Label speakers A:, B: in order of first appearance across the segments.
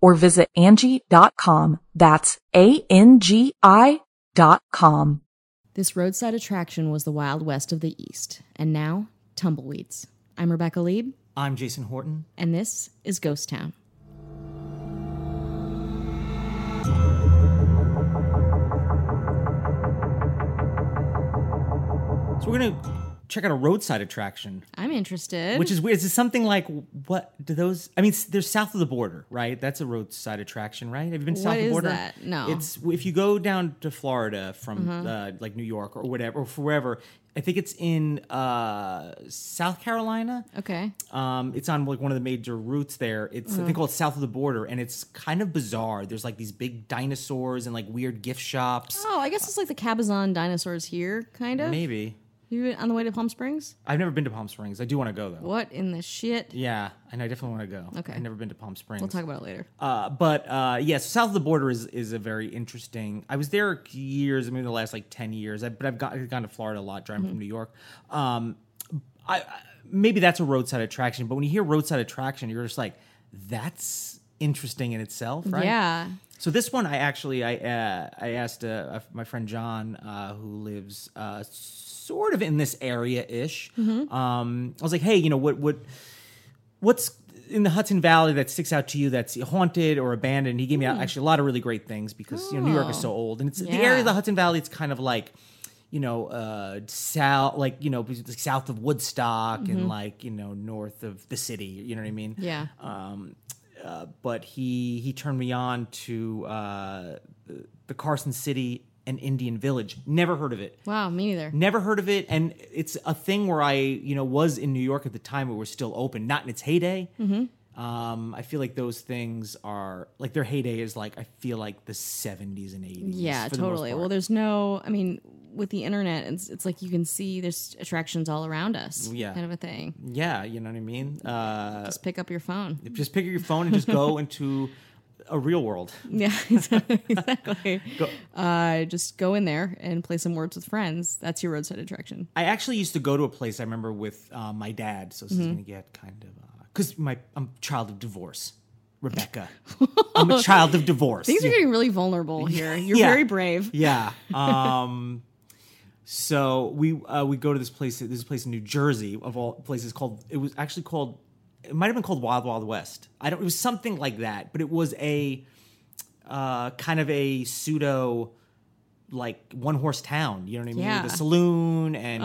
A: or visit Angie.com. That's A-N-G-I dot com.
B: This roadside attraction was the Wild West of the East, and now tumbleweeds. I'm Rebecca Lieb,
C: I'm Jason Horton.
B: and this is Ghost Town.
C: So we're gonna check out a roadside attraction,
B: I'm interested.
C: which is weird. Is it something like what do those? I mean, s- they're south of the border, right? That's a roadside attraction, right? Have you been south
B: What
C: of the
B: is
C: border?
B: that? No. Mm-hmm.
C: It's if you go down to Florida from uh, like New York or whatever or wherever. I think it's in uh, South Carolina.
B: okay.
C: Um, it's on like one of the major routes there. It's
B: Mm-hmm.
C: I think called South of the Border, and it's kind of bizarre. There's like these big dinosaurs and like weird gift shops.
B: Oh, I guess it's like the Cabazon dinosaurs here, kind of.
C: Maybe
B: You on the way to Palm Springs?
C: I've never been to Palm Springs. I do want to go though.
B: What in the shit?
C: Yeah, I know. I definitely want to go.
B: Okay.
C: I've never been to Palm Springs.
B: We'll talk about it later.
C: Uh, but uh, yes, south of the border is is a very interesting. I was there years, maybe the last like ten years. I, but I've, got, I've gone to Florida a lot,
B: Mm-hmm.
C: driving from New York. Um, I, I maybe that's a roadside attraction. But when you hear roadside attraction, you're just like, that's interesting in itself, right?
B: Yeah.
C: So this one, I actually, I uh, I asked uh, uh, my friend John, uh, who lives uh, sort of in this area ish.
B: Mm-hmm.
C: Um, I was like, hey, you know what what what's in the Hudson Valley that sticks out to you that's haunted or abandoned? He gave
B: Hmm.
C: me actually a lot of really great things because you know New York is so old, and it's the area
B: Oh. Yeah.
C: of the Hudson Valley. It's kind of like you know uh south like you know like south of woodstock and like you know north of the city you know what i mean
B: Mm-hmm. Yeah.
C: um, uh, but he he turned me on to uh, the- the Carson City and Indian Village. Never heard of it.
B: Wow, me neither.
C: Never heard of it, and it's a thing where I, you know, was in New York at the time. It was still open, not in its heyday.
B: Mm-hmm.
C: Um, I feel like those things are like their heyday is like I feel like the '70s and '80s.
B: Yeah,
C: for the most
B: totally.
C: part.
B: Well, there's no, I mean, with the internet, it's, it's like you can see there's attractions all around us.
C: Yeah.
B: Kind of a thing.
C: yeah, you know what I mean. Uh,
B: Just pick up your phone.
C: just pick up your phone and just go into a real world.
B: Yeah, exactly. uh, just go in there and play some words with friends. That's your roadside attraction.
C: I actually used to go to a place I remember with uh, my dad. So
B: Mm-hmm.
C: this is going to get kind of because my I'm a child of divorce, Rebecca. I'm a child of divorce.
B: Things are getting really vulnerable here. You're
C: Yeah.
B: very brave.
C: yeah. Um, so we uh, we go to this place. This place in New Jersey of all places called. It was actually called. It might have been called Wild Wild West. I don't. It was something like that. But it was a uh, kind of a pseudo. Like one horse town, you know what I mean?
B: Yeah.
C: The saloon and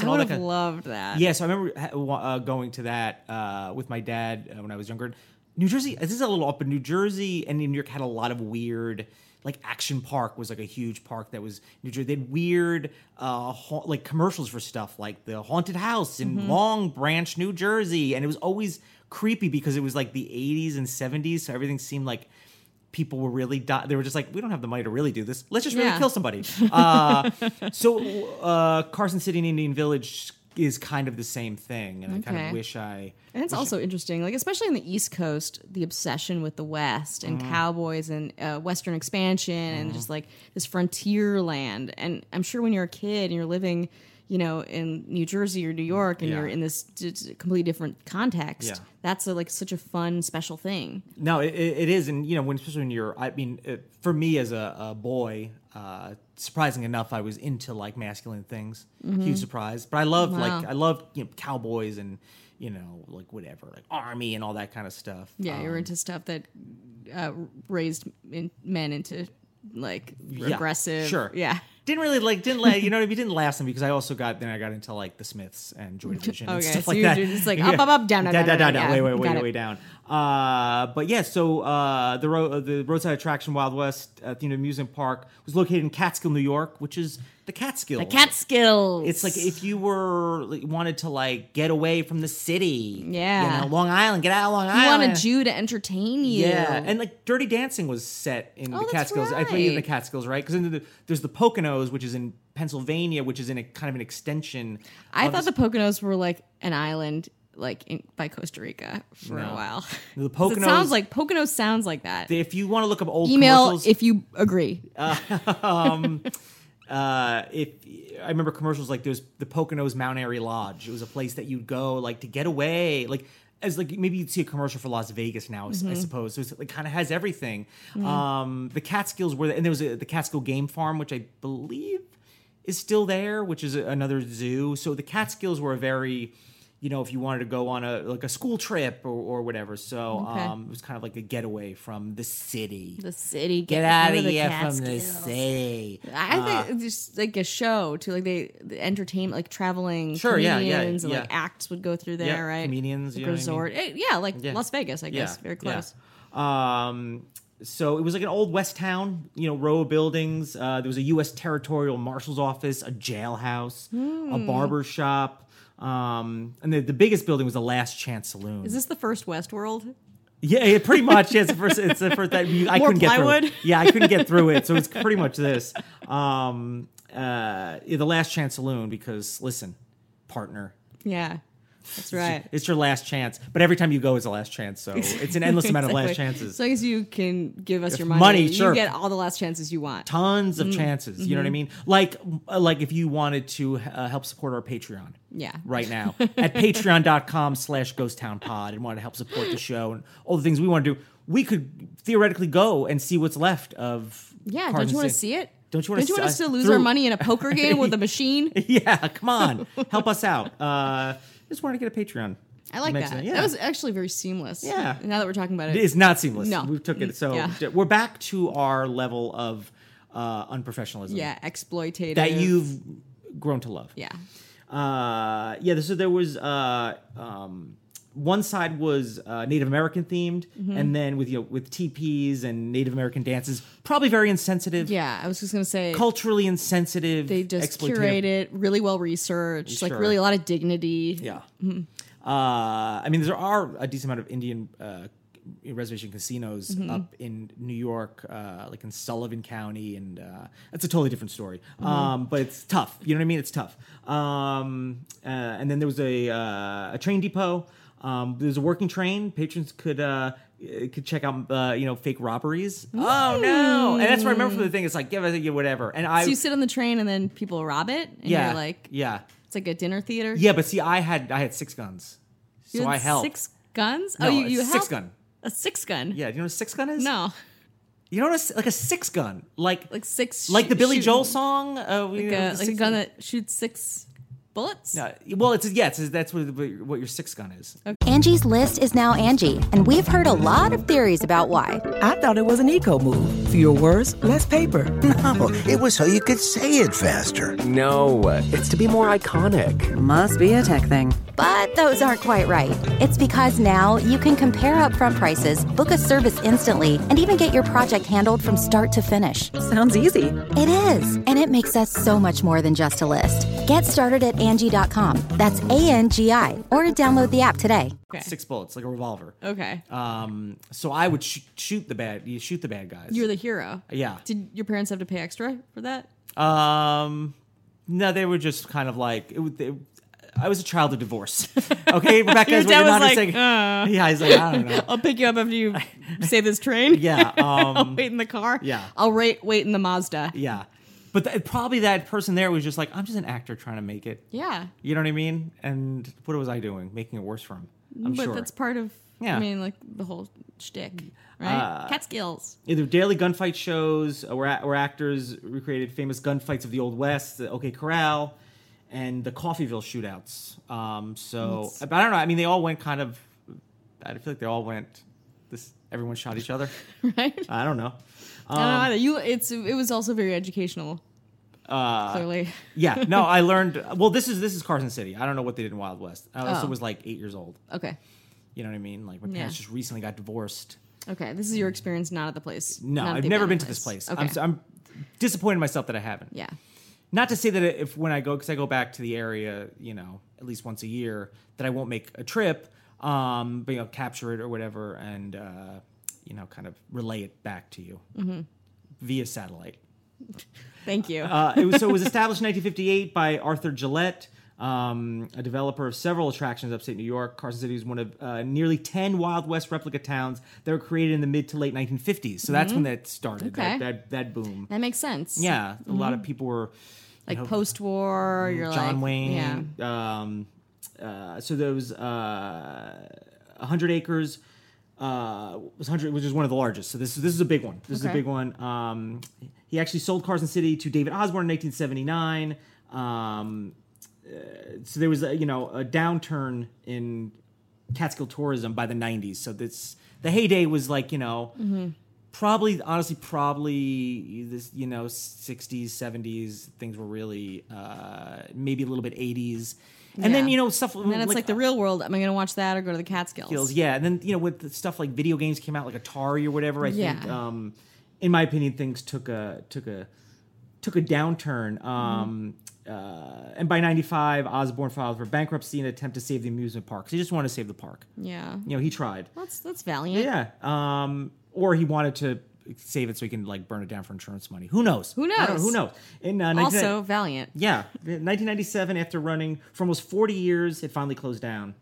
B: I
C: and
B: would
C: all that
B: have
C: kind of
B: loved that.
C: yeah, so I remember ha- wa- uh, going to that uh, with my dad uh, when I was younger. New Jersey, this is a little up, but New Jersey and New York had a lot of weird, like Action Park was like a huge park that was New Jersey. They had weird, uh, ha- like commercials for stuff like the haunted house in Long Branch, New Jersey, and it was always creepy because it was like the 80s and 70s, so everything seemed like people were really di- they were just like we don't have the money to really do this let's just really
B: Yeah.
C: kill somebody uh, so uh, carson city and indian village is kind of the same thing, and I kind of
B: Okay.
C: wish I.
B: And it's also interesting, like especially on the East Coast, the obsession with the West and
C: Mm-hmm.
B: cowboys and uh, Western expansion and just like this frontier land. And I'm sure when you're a kid and you're living, you know, in New Jersey or New York, and
C: Mm, Yeah.
B: you're in this d- d- completely different context,
C: Yeah.
B: that's a, like such a fun, special thing.
C: No, it, it it is, and you know, when especially when you're, I mean, it, for me as a, a boy, uh, surprising enough, I was into like masculine things. Huge surprise, but I love like
B: Mm-hmm. Wow.
C: I love you know cowboys and you know like whatever like army and all that kind of stuff.
B: Yeah,
C: Um,
B: you're into stuff that uh, raised in, men into like
C: yeah,
B: aggressive.
C: Sure.
B: Yeah.
C: Didn't really like didn't la- you know what I mean? Didn't last them because I also got then I got into like the Smiths and Joy Division and
B: Okay,
C: stuff
B: so
C: like
B: you're
C: that.
B: just like up, up, up, down, down, down, down,
C: Way,
B: yeah.
C: way, way,
B: Got it.
C: way down. Uh, but yeah, so uh, the ro- uh, the roadside attraction Wild West uh, Themed Amusement Park was located in Catskill, New York, which is the Catskill.
B: The Catskills.
C: It's like if you were like, wanted to like get away from the city.
B: Yeah.
C: You know, Long Island, get out of Long
B: you
C: Island.
B: want a Jew to entertain you.
C: Yeah, and like Dirty Dancing was set in
B: Oh,
C: the
B: that's
C: Catskills. I played in the
B: right.
C: Catskills, right? Because the, there's the Poconos, which is in Pennsylvania, which is in a kind of an extension.
B: I
C: of
B: thought the Poconos were like an island, like in, by Costa Rica for
C: No.
B: a while.
C: The
B: 'Cause
C: Poconos-
B: It sounds like Poconos sounds like that.
C: If you want to look up old
B: Email
C: commercials,
B: if you agree.
C: uh, if I remember commercials like there's the Poconos Mount Airy Lodge. It was a place that you'd go like to get away, like as like maybe you'd see a commercial for Las Vegas now, I s-
B: Mm-hmm.
C: I suppose. So it's, it kind of has everything. Um, the Catskills were, and there was a, the Catskill Game Farm, which I believe is still there, which is a- another zoo. So the Catskills were a very you know, if you wanted to go on a like a school trip or, or whatever, so
B: Okay.
C: um, it was kind of like a getaway from the city.
B: the city, get,
C: Get out
B: rid
C: of
B: the
C: here from the
B: Catskills.
C: city. Uh,
B: I think it's just like a show to like they the entertainment, like traveling
C: Sure, yeah, yeah,
B: comedians and
C: yeah.
B: like acts would go through there,
C: Yeah,
B: right?
C: comedians,
B: like
C: you know what I mean?
B: resort, Eh, yeah, like
C: Yeah.
B: Las Vegas, I guess, very close.
C: yeah. Um, so it was like an old West town, you know, row of buildings. Uh, there was a U.S. territorial marshal's office, a jailhouse,
B: Hmm.
C: a barber shop. Um, and the, the biggest building was the Last Chance Saloon.
B: Is this the first Westworld?
C: yeah, yeah, pretty much. Yeah, it's the first. It's the first that you, I
B: More
C: couldn't get
B: plywood?
C: through. Yeah, I couldn't get through it. So it's pretty much this. Um, uh, yeah, the Last Chance Saloon, because listen, partner,
B: Yeah, that's right.
C: it's your last chance. But every time you go is a last chance. So it's an endless amount of last
B: Exactly.
C: chances.
B: As long as you can give us your money,
C: money, sure.
B: you get all the last chances you want.
C: tons
B: Mm-hmm.
C: of chances. You know what I mean? Like uh, like if you wanted to uh, help support our Patreon.
B: Yeah.
C: Right now at patreon.com slash ghost town pod and want to help support the show and all the things we want to do, we could theoretically go and see what's left of
B: Yeah,
C: Cards
B: don't you
C: and
B: want to
C: Sin.
B: see it?
C: Don't you wanna
B: Don't you
C: see
B: want
C: us
B: us to lose
C: through-
B: our money in a poker game with a machine?
C: Yeah, come on. help us out. Uh just wanted to get a Patreon.
B: I like
C: Makes
B: that.
C: sense, yeah.
B: That was actually very seamless.
C: Yeah.
B: Now that we're talking about it,
C: It's not seamless.
B: No.
C: We took it. So
B: Yeah.
C: we're back to our level of uh unprofessionalism.
B: yeah, exploitative.
C: That you've grown to love.
B: yeah.
C: uh yeah so there was uh um one side was uh, Native American themed,
B: Mm-hmm.
C: and then with you know, with teepees and Native American dances, probably very insensitive,
B: Yeah, I was just gonna say
C: culturally insensitive.
B: they just
C: exploitative.
B: curate it really well researched, like
C: Sure.
B: really a lot of dignity.
C: Yeah,
B: Mm-hmm.
C: uh, I mean there are a decent amount of Indian uh, reservation casinos
B: Mm-hmm.
C: up in New York, uh, like in Sullivan County, and uh, that's a totally different story.
B: Mm-hmm.
C: Um, but it's tough. You know what I mean? It's tough. Um, uh, and then there was a uh, a train depot. Um, there's a working train. Patrons could uh, uh, could check out uh, you know fake robberies. Oh no! And that's what I remember from the thing. It's like give us yeah, whatever. And I
B: So you sit on the train and then people rob it, and
C: yeah
B: you're like,
C: yeah
B: it's like a dinner theater.
C: yeah. But see, I had I had six guns,
B: You
C: so
B: had
C: I helped.
B: six guns.
C: No,
B: oh, you,
C: a
B: you
C: six
B: helped?
C: gun.
B: A six gun.
C: Yeah, do you know what a six gun is?
B: No,
C: You know what a, s- like a six gun? Like
B: like six.
C: like the
B: shoot-
C: Billy
B: shoot-
C: Joel song? Uh, we-
B: Like a,
C: uh, the
B: like a
C: six-
B: gun that shoots six bullets.
C: No, well, it's yeah, it's, that's what what your six gun is.
D: Angie's list is now Angie, and we've heard a lot of theories about why.
E: I thought it was an eco move. Fewer words, less paper.
F: No, it was so you could say it faster.
G: No, it's to be more iconic.
E: Must be a tech thing.
D: But those aren't quite right. It's because now you can compare upfront prices, book a service instantly, and even get your project handled from start to finish.
E: Sounds easy.
D: It is, and it makes us so much more than just a list. Get started at Angie.com. That's A N G I, or download the app today.
B: Okay.
C: Six bullets, like a revolver.
B: Okay.
C: Um, so I would sh- shoot the bad, you shoot the bad guys.
B: You're the hero.
C: yeah.
B: Did your parents have to pay extra for that?
C: Um, no, they were just kind of like it, would- they, I was a child of divorce. Okay, Rebecca,
B: Your
C: is what
B: dad
C: you're
B: was
C: not
B: like,
C: saying.
B: uh.
C: Yeah, he's like, I don't know.
B: I'll pick you up after you save this train.
C: Yeah,
B: I'll
C: um,
B: wait in the car.
C: yeah.
B: I'll wait wait in the Mazda.
C: yeah. But th- probably that person there was just like, I'm just an actor trying to make it.
B: Yeah.
C: You know what I mean? And what was I doing? Making it worse for him. I'm
B: but
C: sure.
B: that's part of I
C: Yeah. Uh,
B: mean, like the whole shtick, right? Catskills.
C: either daily gunfight shows uh, where, a- where actors recreated famous gunfights of the Old West, the OK Corral, and the Coffeeville shootouts. Um, so, but I don't know. I mean, they all went kind of. I feel like they all went. This everyone shot each other.
B: Right?
C: I don't know.
B: I
C: Um,
B: don't know either. You, it's it was also very educational. Uh, clearly,
C: Yeah, no, I learned. Well, this is this is Carson City. I don't know what they did in Wild West. I also
B: Oh.
C: was like eight years old.
B: okay,
C: You know what I mean? Like my
B: Yeah.
C: parents just recently got divorced.
B: okay. This is your experience, not at the place.
C: No,
B: not at
C: I've
B: the
C: never been
B: abandoned
C: to this place.
B: Okay,
C: I'm, s- I'm disappointed in myself that I haven't.
B: yeah,
C: not to say that if when I go because I go back to the area, you know, at least once a year, that I won't make a trip, um, but you know, capture it or whatever, and uh, you know, kind of relay it back to you
B: Mm-hmm.
C: via satellite.
B: thank you.
C: Uh, it was, so it was established in 1958 by Arthur Gillette, um, a developer of several attractions upstate New York. Carson City is one of uh, nearly 10 Wild West replica towns that were created in the mid to late 1950s. So that's when that started,
B: Okay.
C: that, that that boom.
B: that makes sense.
C: Yeah, a lot of people were.
B: like post-war, you're
C: Mm, John
B: like Yeah,
C: Wayne. Um, uh, so those uh, 100 acres uh, was 100, which is one of the largest. So this this is a big one. This is a
B: Okay.
C: big one. Um, he actually sold Carson City to David Osborne in 1979. Um, uh, so there was a, you know a downturn in Catskill tourism by the 90s. So this the heyday was like you know.
B: Mm-hmm.
C: Probably, honestly, probably this, you know, 60s, 70s, things were really, uh, maybe a little bit 80s. And then,
B: Yeah.
C: you know, stuff.
B: and then it's like, the real world. Am I going to watch that or go to the Catskills?
C: Skills, Yeah, and then you know with the stuff like video games came out, like Atari or whatever. I think,
B: Yeah.
C: um, in my opinion, things took a took a took a
B: Mm-hmm.
C: downturn. Um, uh, and by '95, Osborne filed for bankruptcy in an attempt to save the amusement park. 'cause he just wanted to save the park.
B: yeah.
C: You know, he tried.
B: That's that's valiant.
C: Yeah. Um, or he wanted to save it so he can like burn it down for insurance money. Who knows?
B: Who
C: I don't
B: knows?
C: who knows? In uh, 1990
B: Also valiant.
C: yeah, 1997. After running for almost 40 years, it finally closed down.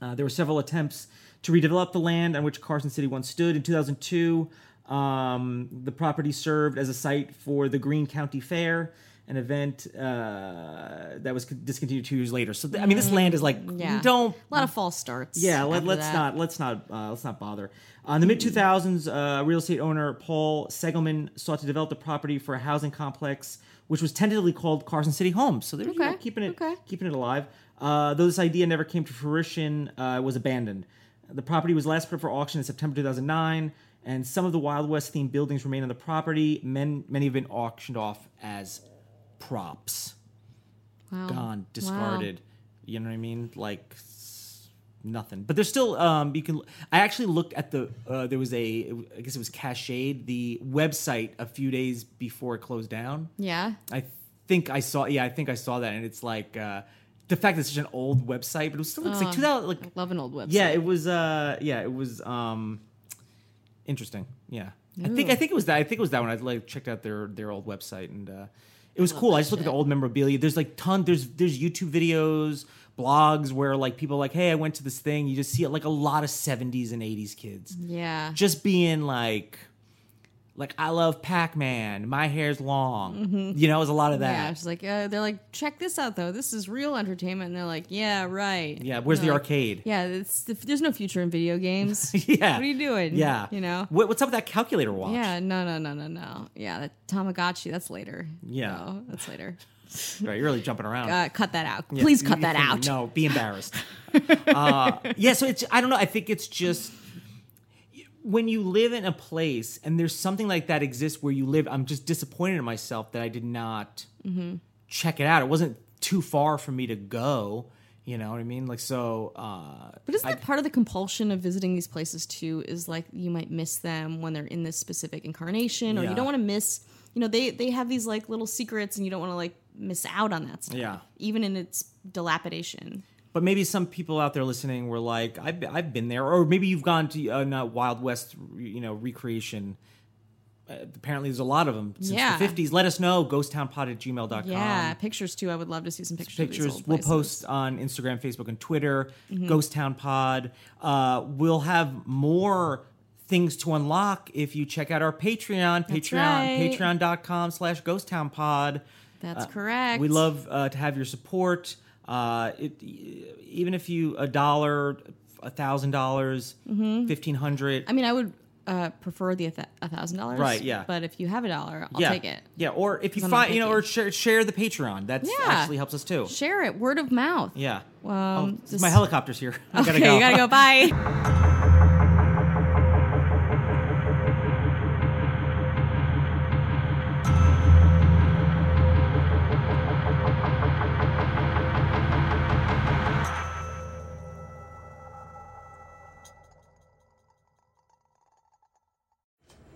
C: Uh, there were several attempts to redevelop the land on which Carson City once stood. In 2002, um, the property served as a site for the Greene County Fair, an event uh, that was discontinued two years later. So, th- I mean, this land is like
B: Mm-hmm. Yeah.
C: don't
B: a lot of false starts.
C: yeah, let,
B: after
C: let's
B: that.
C: not let's not uh, let's not bother. Uh, in the mid 2000s, uh, real estate owner Paul Segelman sought to develop the property for a housing complex, which was tentatively called Carson City Homes. So they were you know,
B: Okay,
C: keeping it
B: okay.
C: keeping it alive. Uh, though this idea never came to fruition, uh, it was abandoned. The property was last put up for auction in September 2009, and some of the Wild West themed buildings remain on the property. Men, many have been auctioned off as props
B: Wow.
C: gone, discarded. You know what I mean? Like s- nothing. But there's still um you can I actually looked at the uh there was a I guess it was Cached, the website a few days before it closed down.
B: Yeah.
C: I think I saw yeah, I think I saw that and it's like uh the fact that it's such an old website, but it was still it's like 2000 like
B: Oh, Love an old website.
C: yeah, it was uh yeah, it was um interesting. Yeah. I think I think it was that I think it was that one. I like checked out their their old website and uh it was cool. I just looked at the old memorabilia. There's like ton there's there's YouTube videos, blogs where like people are like, "Hey, I went to this thing." You just see it like a lot of 70s and 80s kids
B: Yeah.
C: just being like like I love Pac-Man. My hair's long.
B: Mm-hmm.
C: You know, it was a lot of
B: Yeah,
C: that.
B: she's like, uh, they're like, check this out though. This is real entertainment. And they're like, yeah, right.
C: Yeah, where's the
B: They're like,
C: arcade?
B: Yeah, it's there's no future in video games.
C: Yeah.
B: what are you doing?
C: Yeah.
B: you know.
C: What, what's up with that calculator watch?
B: Yeah, no, no, no, no, no. Yeah, that Tamagotchi. That's later.
C: Yeah.
B: No, that's later.
C: Right, you're really jumping around.
B: Uh, cut that out. Please cut that out.
C: No, be embarrassed. uh, yeah, so it's I don't know. I think it's just when you live in a place and there's something like that exists where you live. I'm just disappointed in myself that I did not
B: Mm-hmm.
C: check it out. It wasn't too far for me to go. You know what I mean? Like so. Uh,
B: But isn't that part of the compulsion of visiting these places too? Is like you might miss them when they're in this specific incarnation, or you
C: Yeah.
B: don't want to miss. You know, they they have these like little secrets, and you don't want to like miss out on that stuff.
C: Yeah.
B: even in its dilapidation.
C: But maybe some people out there listening were like, I've, I've been there, or maybe you've gone to uh, not Wild West, you know, recreation uh, apparently there's a lot of them since
B: Yeah.
C: the 50s. Let us know, ghosttownpod at gmail.com.
B: Yeah, pictures too. I would love to see some pictures. Of these
C: Pictures
B: old Mm-hmm.
C: we'll
B: places.
C: post on Instagram, Facebook, and Twitter. Ghost Town Pod. Uh, we'll have more things to unlock if you check out our
B: right.
C: Patreon, Patreon, patreon.com slash ghost town pod.
B: That's
C: Uh,
B: correct.
C: We love uh, to have your support. Uh, it, even if you a dollar, a thousand dollars, fifteen hundred.
B: Mm-hmm. I mean, I would uh, prefer the a thousand dollars.
C: Right, yeah.
B: But if you have a dollar, I'll
C: yeah,
B: take it.
C: yeah. Or if you
B: 'Cause I'm not
C: find, you know,
B: picky.
C: or share, share the Patreon. That
B: Yeah.
C: actually helps us too.
B: Share it. Word of mouth.
C: Yeah.
B: Um,
C: oh,
B: just-
C: my helicopter's here. I
B: Okay,
C: gotta go.
B: you gotta go. Bye.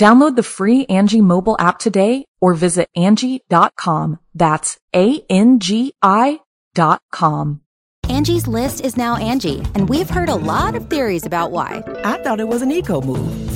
A: Download the free Angie mobile app today or visit Angie.com. That's A-N-G-I dot com.
D: Angie's list is now Angie, and we've heard a lot of theories about why.
E: I thought it was an eco move.